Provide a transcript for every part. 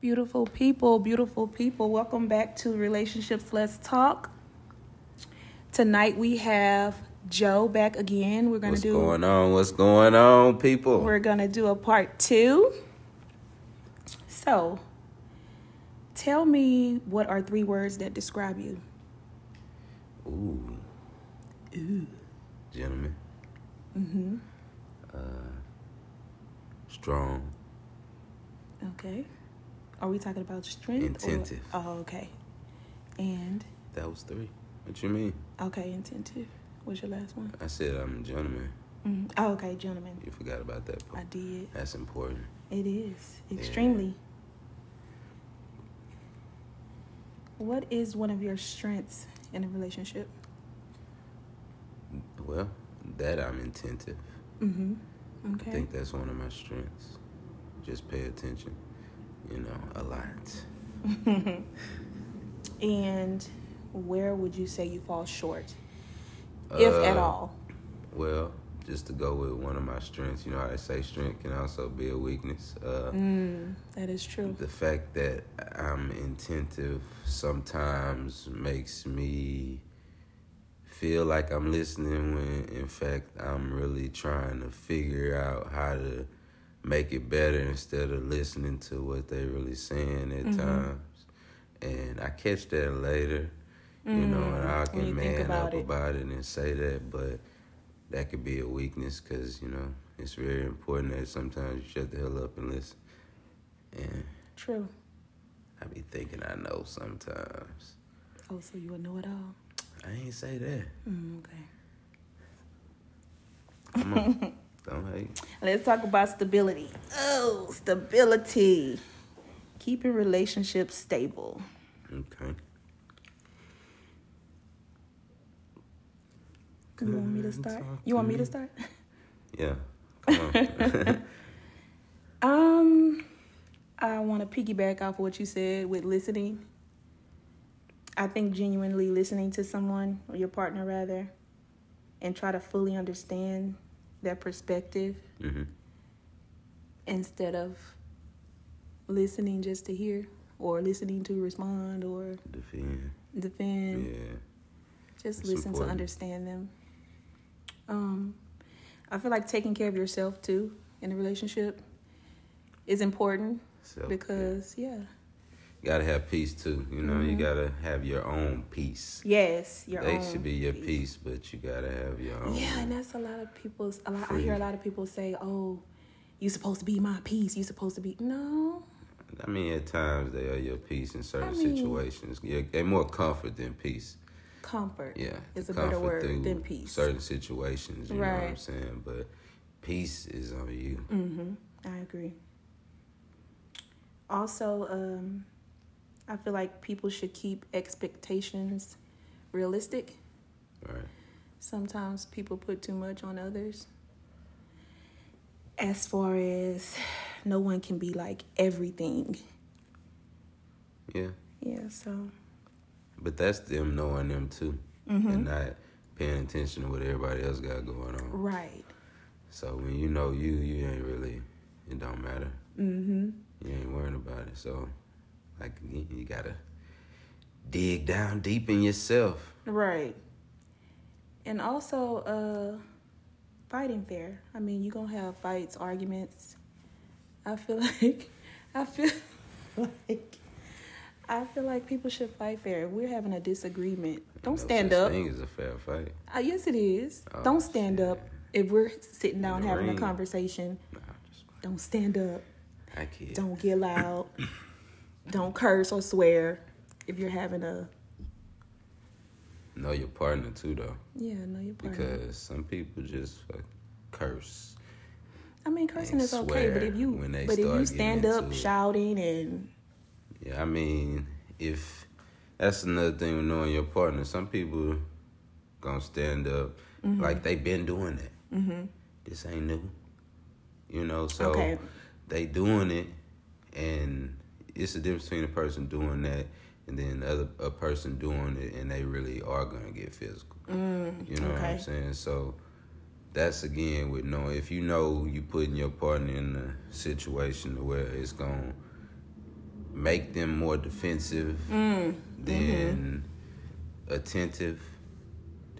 Beautiful people, beautiful people. Welcome back to Relationships Let's Talk. Tonight we have Joe back again. We're gonna What's do going on? What's going on, people? we're gonna do a part two. So tell me what are three words that describe you? Ooh. Ooh. Gentlemen. Mm-hmm. Uh, strong. Okay. Are we talking about strength? or- Intentive. oh, okay. And That was three. What you mean? okay, intentive. What's your last one? I said I'm a gentleman. Mhm. Oh, okay, gentlemen. You forgot about that I part. did. That's important. It is Yeah. extremely. What is one of your strengths in a relationship? Well, that I'm attentive. Mm-hmm. I Okay. think that's one of my strengths. Just pay attention. You know, a lot. And where would you say you fall short, if at Uh, all? Well, just to go with one of my strengths, you know, I say strength can also be a weakness. Uh, Mm, that is true. The fact that I'm attentive sometimes makes me feel like I'm listening when, in fact, I'm really trying to figure out how to make it better instead of listening to what they really saying at Mm-hmm. times. And I catch that later, you know, and I Mm, when can you think man about up it. about it and say that, but that could be a weakness because, you know, it's very important that sometimes you shut the hell up and listen. And True. I be thinking I know sometimes. Oh, so you would know it all. I ain't say that. Mm, okay. Come on. Don't hate. Let's talk about stability. Oh, stability. Keeping relationships stable. Okay. You want me to Couldn't start? Mm-hmm. talk You want to me to you. start? Yeah. Come on. Um, I want to piggyback off of what you said with listening. I think genuinely listening to someone or your partner rather, and try to fully understand their perspective hmm instead of listening just to hear or listening to respond or Defend. defend. Yeah. Just That's listen to important. understand them. Um, I feel like taking care of yourself too in a relationship is important So because yeah. you gotta have peace too. You know, you Mhm. gotta have your own peace. Yes, your they own should be your peace. peace, but you gotta have your own. Yeah, and that's a lot of people's. A lot, I hear a Freedom. lot of people say, "Oh, you supposed to be my peace. You supposed to be no." I mean, at times they are your peace in certain I mean- situations. Yeah, they're more comfort than peace. Comfort. Yeah, It's the a better comfort word through than peace. Certain situations, you know what I'm Right. saying. But peace is on you. Mm-hmm. I agree. Also, um, I feel like people should keep expectations realistic. All right. Sometimes people put too much on others. As far as no one can be like everything. Yeah, Yeah, so but that's them knowing them too, mm-hmm. and not paying attention to what everybody else got going on. right. So when you know you, you ain't really. It don't matter. Mm-hmm. You ain't worrying about it. So, like again, you gotta dig down deep in yourself. Right. And also, uh, fighting fair. I mean, you're gonna have fights, arguments. I feel like, I feel like, I feel like people should fight fair. If we're having a disagreement, don't No stand such up. Thing is a fair fight. Uh, yes, it is. Oh, don't stand shit. up. If we're sitting down the having ring. a conversation, Nah, I'm just, don't stand up. I kid. Don't get loud. don't curse or swear. If you're having a Know your partner too though, yeah, no, you're partner. because some people just fuck, curse. I mean, cursing and is okay, but swear if you when they but if start you getting stand into up it. shouting and Yeah, I mean, if that's another thing with knowing your partner, some people gonna stand up like they been doing that. This ain't new, you know. So Okay. they doing it, and it's the difference between a person doing that and then the other a person doing it, and they really are gonna get physical. you know what okay. I'm saying? So that's again with knowing if you know you putting your partner in a situation to where it's gonna make them more defensive Mm. mm-hmm. than attentive,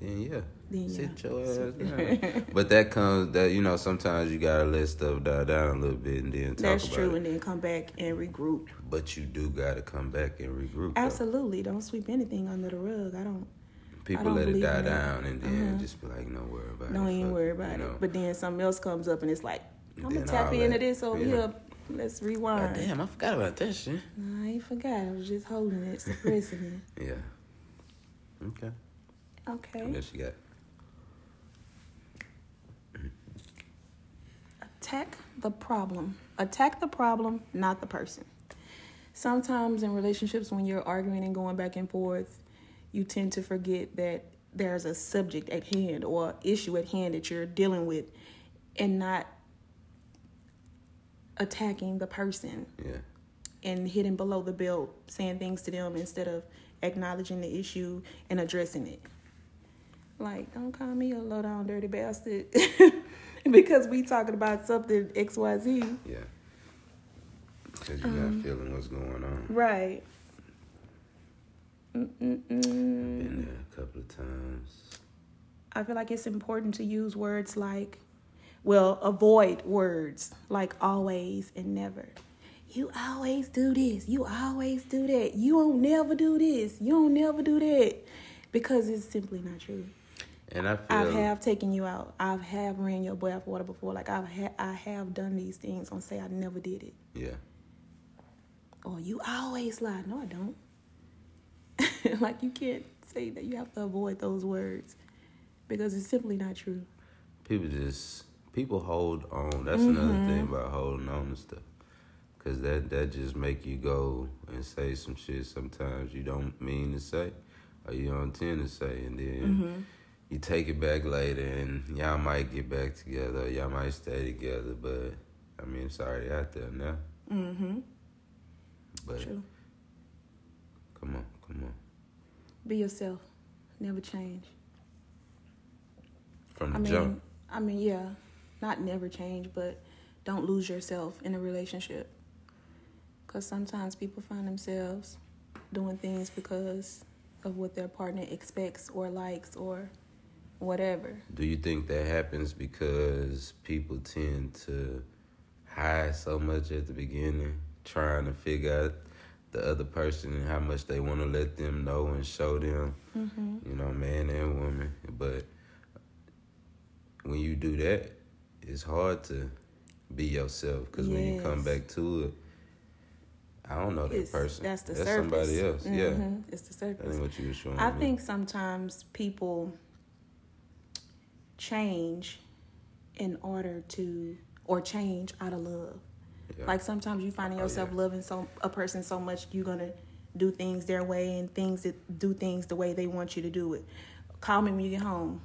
then yeah. Then Sit yeah. your ass down. but that comes that you know sometimes you gotta let stuff die down a little bit and then talk That's about true, it. and then come back and regroup. But you do gotta come back and regroup. though. Absolutely, don't sweep anything under the rug. I don't. I People don't let it believe die in that. down and then Uh-huh. just be like, no worry about it. don't even fuck worry you about it. know. But then something else comes up, and it's like I'm gonna Then all tap into that- this over yeah. here. Let's rewind. Like, damn, I forgot about that shit. Nah, I ain't forgot. I was just holding it, suppressing Yeah. Okay. it. What Okay. else you got? Attack the problem. Attack the problem, not the person. Sometimes in relationships, when you're arguing and going back and forth, you tend to forget that there's a subject at hand or issue at hand that you're dealing with and not attacking the person Yeah. and hitting below the belt, saying things to them instead of acknowledging the issue and addressing it. Like, don't call me a low down dirty bastard because we talking about something X Y Z. Yeah. Because you're Um, not feeling what's going on. Right. Mm-mm-mm. Been there a couple of times. I feel like it's important to use words like, well, avoid words like always and never. You always do this. You always do that. You don't never do this. You don't never do that. Because it's simply not true. And I feel I've have taken you out. I've have ran your boy out of water before. Like I've ha- I have done these things on say I never did it. Yeah. Or you always lie. No, I don't. like you can't say that. You have to avoid those words because it's simply not true. People just people hold on. That's another Mm-hmm. thing about holding on to stuff. Cause that that just make you go and say some shit sometimes you don't mean to say or you don't intend to say and then Mm-hmm. you take it back later and y'all might get back together, y'all might stay together, but I mean it's already out there now. Mm-hmm. But True. come on, come on. Be yourself. Never change. From the I mean, jump. I mean, yeah, not never change, but don't lose yourself in a relationship. Because sometimes people find themselves doing things because of what their partner expects or likes or whatever. Do you think that happens because people tend to hide so much at the beginning, trying to figure out the other person and how much they want to let them know and show them, Mm-hmm. you know, man and woman? But when you do that, it's hard to be yourself because when you come Yes. back to it, I don't know that person. That's the That's surface. somebody else. Yeah, Mhm. It's the surface. that ain't what you were showing I me. think sometimes people change in order to or change out of love. Yeah. Like sometimes you finding Oh, yourself yeah. loving so a person so much you're gonna do things their way and things that do things the way they want you to do it. Call me when you get home.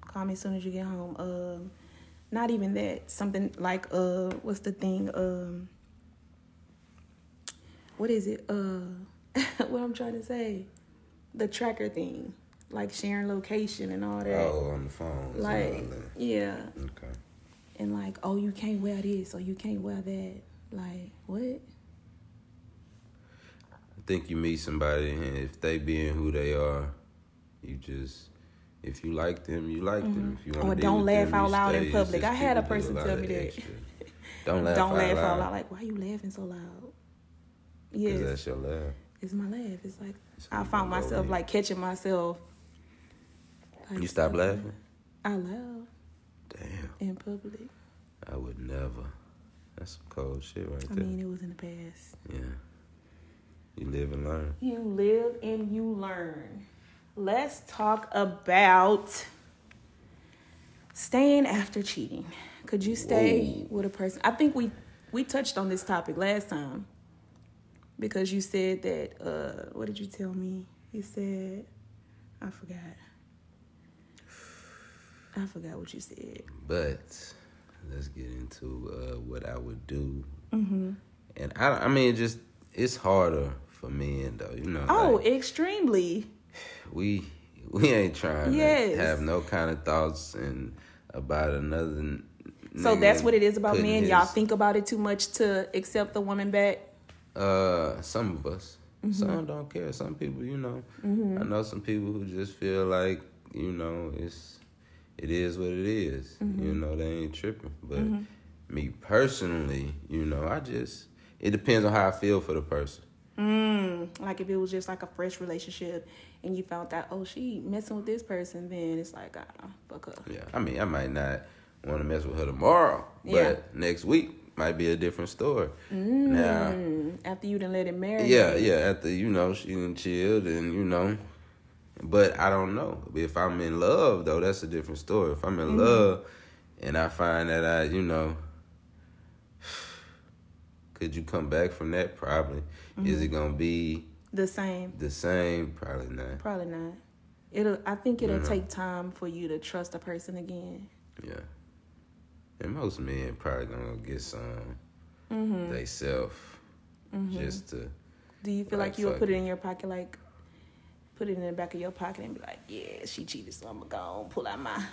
Call me as soon as you get home. Um, not even that. Something like uh, what's the thing? Um, what is it? Uh, what I'm trying to say? The tracker thing, like sharing location and all that. Oh, on the phone. it's like another thing. yeah, okay. and like oh you can't wear this or you can't wear that. Like what? I think you meet somebody and if they being who they are, you just if you like them, you like them. If you want Or Mm-hmm. to don't with laugh them, out you loud in stay. It's public. just I had a people do person lot tell of me that. extra. Don't laugh Don't out laugh loud. out loud. Like why you laughing so loud? 'cause Yes, that's your laugh. it's my laugh. It's like That's how I you found gonna go myself in. like catching myself. Like, you stop uh, laughing. I laugh Damn, in public. I would never. That's some cold shit right I there. mean, it was in the past. yeah, you live and learn. You live and you learn. Let's talk about staying after cheating. Could you stay with a person? I think we we touched on this topic last time because you said that. Uh, what did you tell me? You said I forgot. I forgot what you said. But let's get into uh, what I would do. Mm-hmm. And I, I mean, just it's harder for men though. You know. Oh, like- extremely. we we ain't trying Yes. to have no kind of thoughts and about another. n- So nigga that's what it is about putting men. Y'all his- think about it too much to accept the woman back. Uh, some of us. Some don't care. Some people, you know, I know some people who just feel like you know it's it is what it is. You know, they ain't tripping. But me personally, you know, I just it depends on how I feel for the person. Mm, like if it was just like a fresh relationship and you found out, oh, she messing with this person, then it's like, ah, fuck up. Yeah, I mean, I might not want to mess with her tomorrow, but Yeah. Mm-hmm. next week might be a different story. Now, Mm, after you done let it marry. Yeah, yeah. After you know she done chilled and you know, but I don't know if I'm in love though. That's a different story. If I'm in love and I find that I, you know, could you come back from that? Probably. Is it gonna be The same. the same? Probably not. Probably not. It'll. I think it'll Mhm. take time for you to trust a person again. Yeah. And most men probably gonna get some Mm-hmm. they self just to Do you feel like, Like, you'll fuck put it it. in your pocket, like put it in the back of your pocket, and be like, "Yeah, she cheated, so I'm gonna go pull out my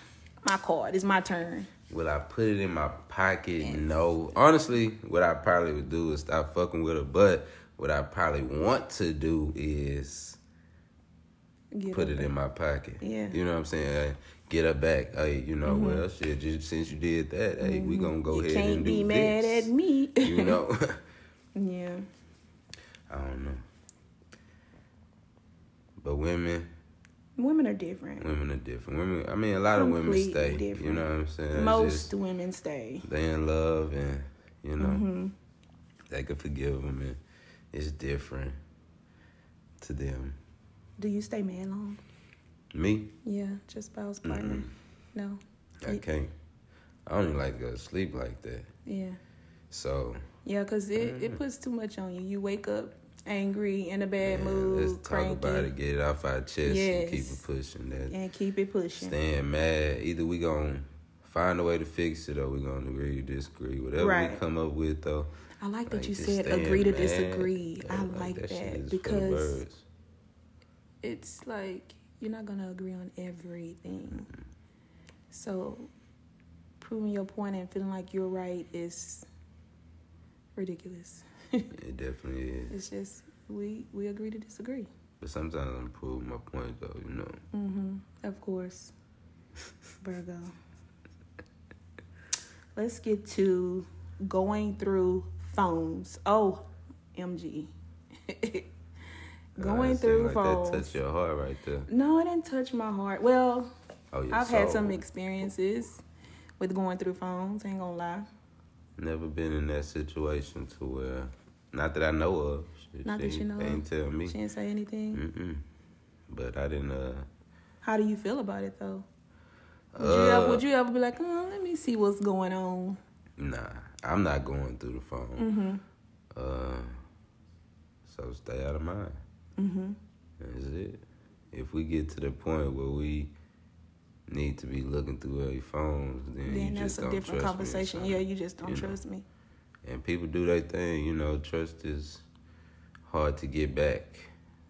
my card. It's my turn." Would I put it in my pocket? No. Honestly, what I probably would do is stop fucking with her. But what I probably want to do is Get put up it there. in my pocket. Yeah. Mm-hmm. You know what I'm saying? Like, get her back. Hey, you know, well, shit, just, since you did that, hey, we gonna go You ahead can't and do be mad this. at me. You know? yeah. I don't know. But women, Women are different. women are different. Women, I mean, a lot of women Completely stay. You different. know what I'm saying? It's Most just- women stay. they in love and you know hmm they could forgive them and it's different to them Do you stay man long? me Yeah, just spouse partner. mm-mm, No. i You- can't i don't even like to go to sleep like that Yeah. so Yeah, cause it, Mm. it puts too much on you. You wake up angry, in a bad man, mood, let's talk cranky, about it get it off our chest and keep Yes. it pushing that and keep it pushing. staying mad either we gonna find a way to fix it or we gonna agree to disagree whatever we Right. come up with though I like that like, you just said staying agree to mad, disagree. yeah, I like shit that is for the because birds. it's like you're not gonna agree on everything. So proving your point and feeling like you're right is ridiculous. it definitely is It's just we we agree to disagree. but sometimes i'm proving my point though you know Mm-hmm. Of course. Virgo. Let's get to going through phones. Oh, MG. Uh, going it seem through like That phones. touch your heart right there. No, it didn't touch my heart. Well, Oh, your I've had soul. some experiences with going through phones, ain't gonna lie. Never been in that situation to where, not that I know of. Shit, Not they, that you know They of. ain't tell me. Mm. She didn't say anything. Mm-mm. But I didn't. Uh, How do you feel about it though? Would, you, uh, ever, would you ever be like, oh, let me see what's going on? Nah, I'm not going through the phone. Mm-hmm. Uh, so stay out of mine. Mm-hmm. That's it. If we get to the point where we need to be looking through every phones, then, then you that's just a don't different trust me or conversation. something. Yeah, you just don't you know. trust me. And people do their thing. You know, trust is hard to get back.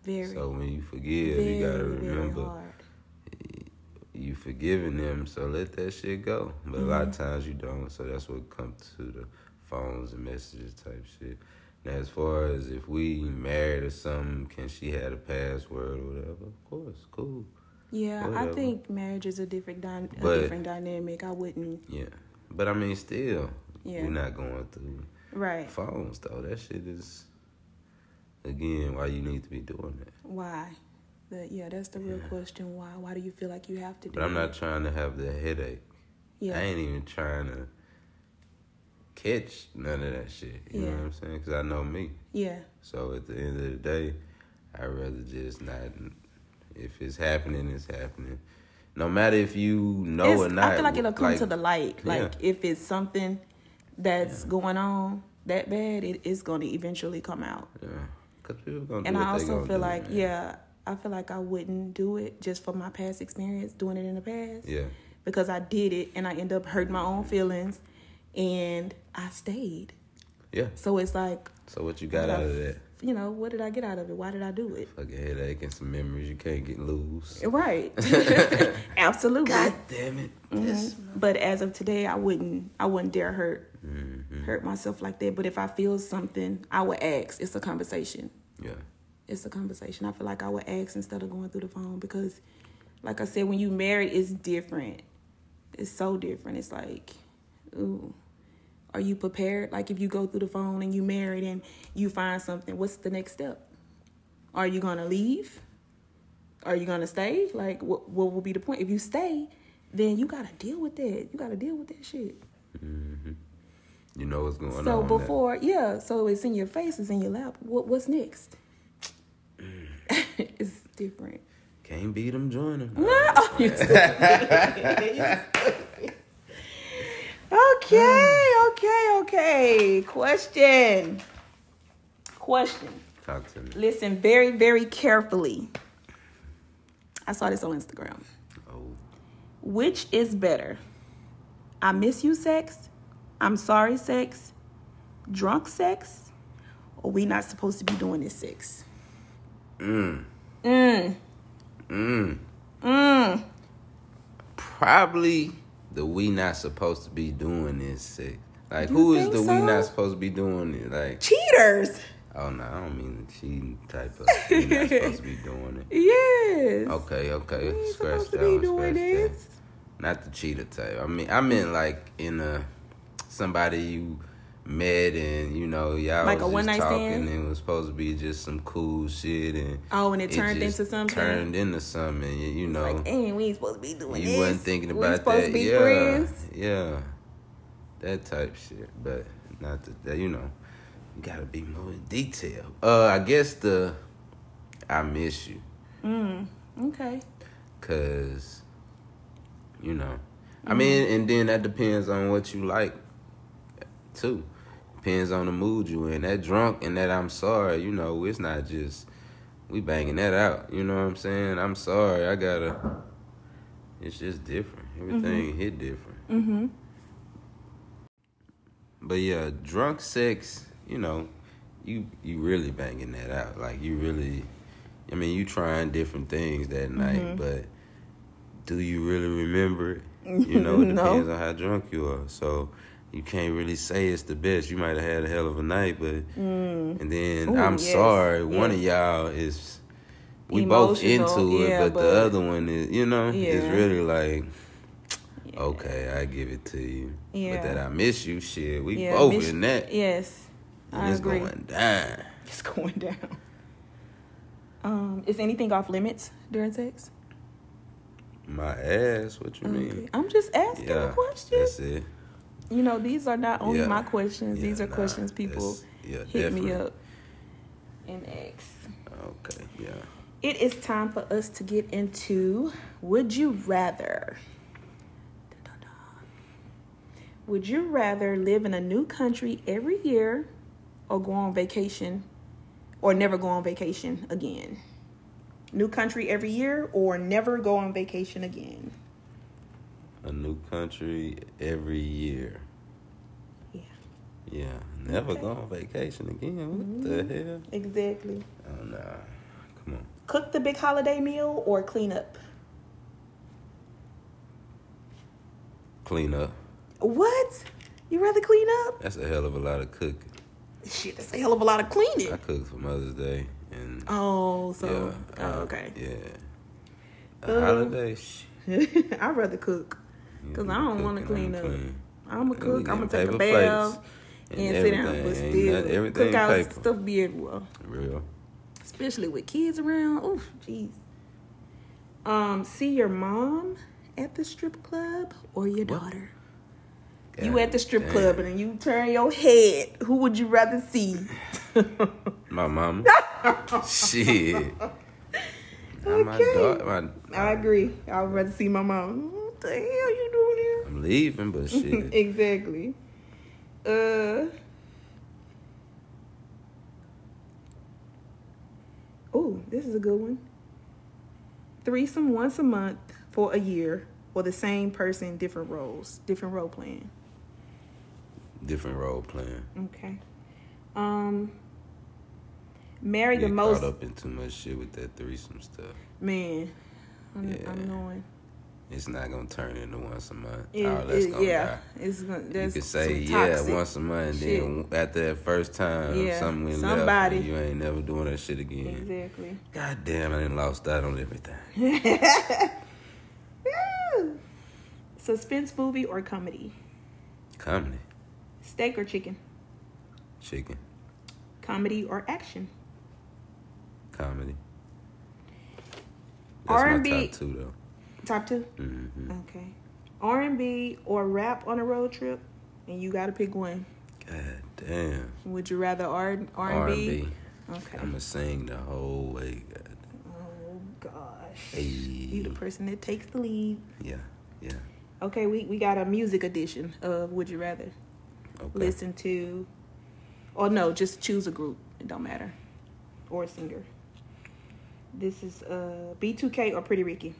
Very, So when you forgive, very, you gotta very remember hard. you forgiving them. So let that shit go. But a lot of Mm-hmm. times you don't. So that's what comes to the phones and messages type shit. Now as far as if we married or something, can she have a password or whatever? Of course, cool. Yeah, I Whatever. think marriage is a different dy- a But- different dynamic. I wouldn't. Yeah. But I mean, still, Yeah, we're not going through right. phones though. That shit is again why you need to be doing that. Why? The, yeah, that's the real Yeah. question. Why? Why do you feel like you have to do? But I'm that? not trying to have the headache. Yeah, I ain't even trying to catch none of that shit. You know Yeah. what I'm saying? Because I know me. yeah, So at the end of the day, I'd rather just not. If it's happening, it's happening. No matter if you know It's- or not. I feel like it'll come to the light. Like if it's something that's Yeah. going on that bad, it is going to eventually come out. Because people gonna do And I what they also gonna feel do, like, man. yeah, I feel like I wouldn't do it just for my past experience doing it in the past Yeah. because I did it and I end up hurting my own feelings and I stayed. Yeah. So it's like, So what you got What out I- of that? you know, what did I get out of it? Why did I do it? Fucking headache and some memories you can't get loose. Right. Absolutely. Mm-hmm. God damn it. Mhm. But as of today, I wouldn't I wouldn't dare hurt Mm-hmm. hurt myself like that. But if I feel something, I would ask. It's a conversation. Yeah. It's a conversation. I feel like I would ask instead of going through the phone because, like I said, when you married, it's different. It's so different. It's like, ooh, are you prepared? Like if you go through the phone and you married and you find something, what's the next step? Are you gonna leave? Are you gonna stay? Like what? What will be the point if you stay? Then you gotta deal with that. You gotta deal with that shit. You know what's going on. So now. before, yeah. So it's in your face, it's in your lap. What what's next? it's different. Uh, Can't beat them, join them. Mm. okay, okay, okay. Question. Question. Talk to me. Listen very, very carefully. I saw this on Instagram. Oh, Which is better? I miss you sex, I'm sorry sex, drunk sex, or we not supposed to be doing this sex? probably the we not supposed to be doing this sex. Like, who is think the we so? not supposed to be doing it? Like, Cheaters. oh no, I don't mean the cheating type of. We not supposed to be doing it. Yes. Okay, okay, We ain't scratch supposed to that be one. doing Scratch that. this. Not the cheater type. I mean, I meant like in a somebody you met and you know y'all Like a was just one-night talking stand? and it was supposed to be just some cool shit and Oh, and it turned just into something? Turned into something, you, you know. Like, dang, we ain't supposed to be doing this. You wasn't thinking we ain't about supposed that. to be yeah. friends. Yeah. That type shit. But not that, that you know, you gotta be more in detail. Uh I guess the I miss you. Okay. Cause you know. Mm-hmm. I mean and then that depends on what you like too. Depends on the mood you in. That drunk and that I'm sorry, you know, it's not just we banging that out. You know what I'm saying? I'm sorry, I gotta it's just different. Everything hit different. Mm-hmm. But yeah, drunk sex, you know, you you really banging that out. Like you really, I mean, you trying different things that Mm-hmm. night, but do you really remember it? You know, it No. depends on how drunk you are. So you can't really say it's the best. You might have had a hell of a night, but and then Mm. Ooh, I'm yes, sorry, one of yes. y'all is. We both Emotional, into it, yeah, but, the but- other one is, you know, it's Yeah. really like, Yeah. okay, I give it to you. Yeah. But that I miss you, shit, we Yeah, both miss- in that. Yes. And I it's agree. going down. It's going down. Um, is anything off limits during sex? My ass, what you Okay. mean? I'm just asking Yeah, a question. that's it. You know, these are not only Yeah. my questions, Yeah, these are nah, questions people that's- yeah, hit definitely. me up and ask. Okay, yeah. It is time for us to get into Would You Rather? Dun, dun, dun. Would you rather live in a new country every year or go on vacation or never go on vacation again? New country every year or never go on vacation again? A new country every year. Yeah, Yeah. Never Okay. Mm-hmm. go on vacation again. What the hell? exactly. Oh nah. Come on. Cook the big holiday meal or clean up? Clean up. What? You rather clean up? That's a hell of a lot of cooking. Shit, that's a hell of a lot of I cleaning. cooked for Mother's Day and Oh, so yeah. oh, uh, okay. Yeah. A Uh, holiday. shit, I'd rather cook. you 'cause I can don't cook wanna and clean up. I'm a And cook. we I'm gonna get take a paper bath plates and, sit down. But everything. still, Ain't nothing- everything cookout paper. stuff be everywhere, Real. especially with kids around. Oh, jeez. Um, see your mom at the strip club or your What? daughter. you at the strip God club damn. and then you turn your head. Who would you rather see? My mama. Shit. Not My Okay. daughter, my, I agree. I would rather see my mom. What the hell you doing here? I'm leaving, but shit. exactly. Uh. Oh, this is a good one. Threesome once a month for a year, or the same person, different roles, different role playing. Different role playing. Okay. Um. Marry Get the most caught up in too much shit with that threesome stuff. man. I'm, Yeah. I'm knowing. It's not gonna turn into once a month. It- oh, that's it- gonna yeah, die. it's gonna. You That's could say some yeah toxic- once a month, shit. then at that first time Yeah, something went left, somebody. and you ain't never doing that shit again. Exactly. God damn, I done lost out on everything. Woo! Suspense movie or comedy? Comedy, Steak or chicken? chicken, Comedy or action? comedy. That's my R&B. top two Top two. though. hmm Okay. R and B or rap on a road trip, and you gotta pick one. God damn. Would you rather R R and R&B. B? Okay. I'ma sing the whole way. God. Oh gosh. Hey. You the person that takes the lead. Yeah, yeah. Okay, we, we got a music edition of Would You Rather Okay. listen to, or no, just choose a group. It don't matter, or a singer. This is uh B2K or Pretty Ricky.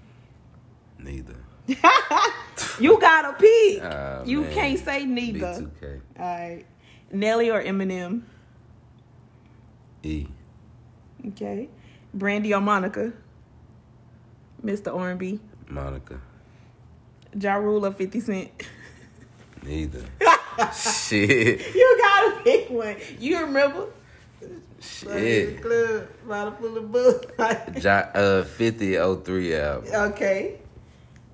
Neither. You gotta pick. Ah, you man. can't say neither. B2K. All right, Nelly or Eminem. E. Okay. Brandy or Monica? Mr. R&B. Monica. Ja Rule or 50 Cent? Neither. Shit. You gotta pick one. You remember? Shit. Club, bottle full of booze. Ja, uh, 5003 album. okay.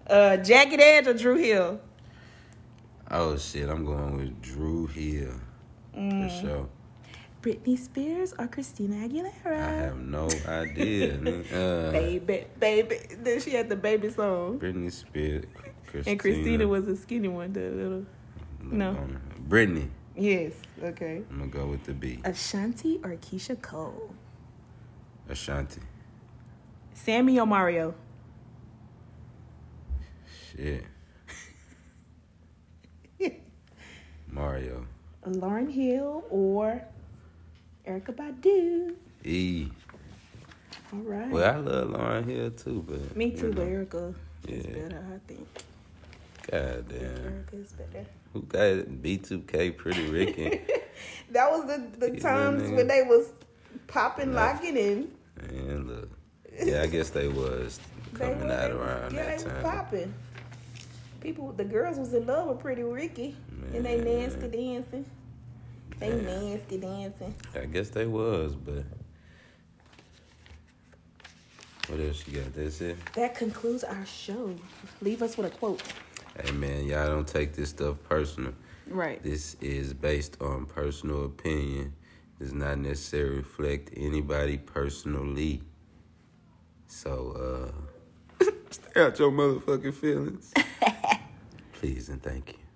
Uh, Jagged Edge or Drew Hill? Oh shit, I'm going with Drew Hill Mm. for sure. Britney Spears or Christina I Aguilera? have no idea. uh, Baby, baby. Then she had the baby song. Britney Spears, Christina, And Christina was a skinny one, the little. no. Madonna. Britney. Yes, okay. I'm gonna go with the B. Ashanti or Keisha Cole? Ashanti. Sammy or Mario? Shit. Mario. Lauren Hill or Erica Badu. E. All right. Well, I love Lauren Hill too, but Me too, you but know, Erica is Yeah. better, I think. God damn. Erica is better. Who got B two K pretty Ricky? That was the, the Yeah, times nigga. when they was popping, Yeah. locking in. and look. Yeah, I guess they was coming were- out was- around yeah, that they was time. popping. People, the girls was in love with Pretty Ricky, and they Man. nasty dancing. They Damn. nasty dancing. I guess they was, but what else you got? That's it. That concludes our show. Leave us with a quote. Hey man, y'all don't take this stuff personal. Right. This is based on personal opinion. Does not necessarily reflect anybody personally. So uh stay out your motherfucking feelings. Please and thank you.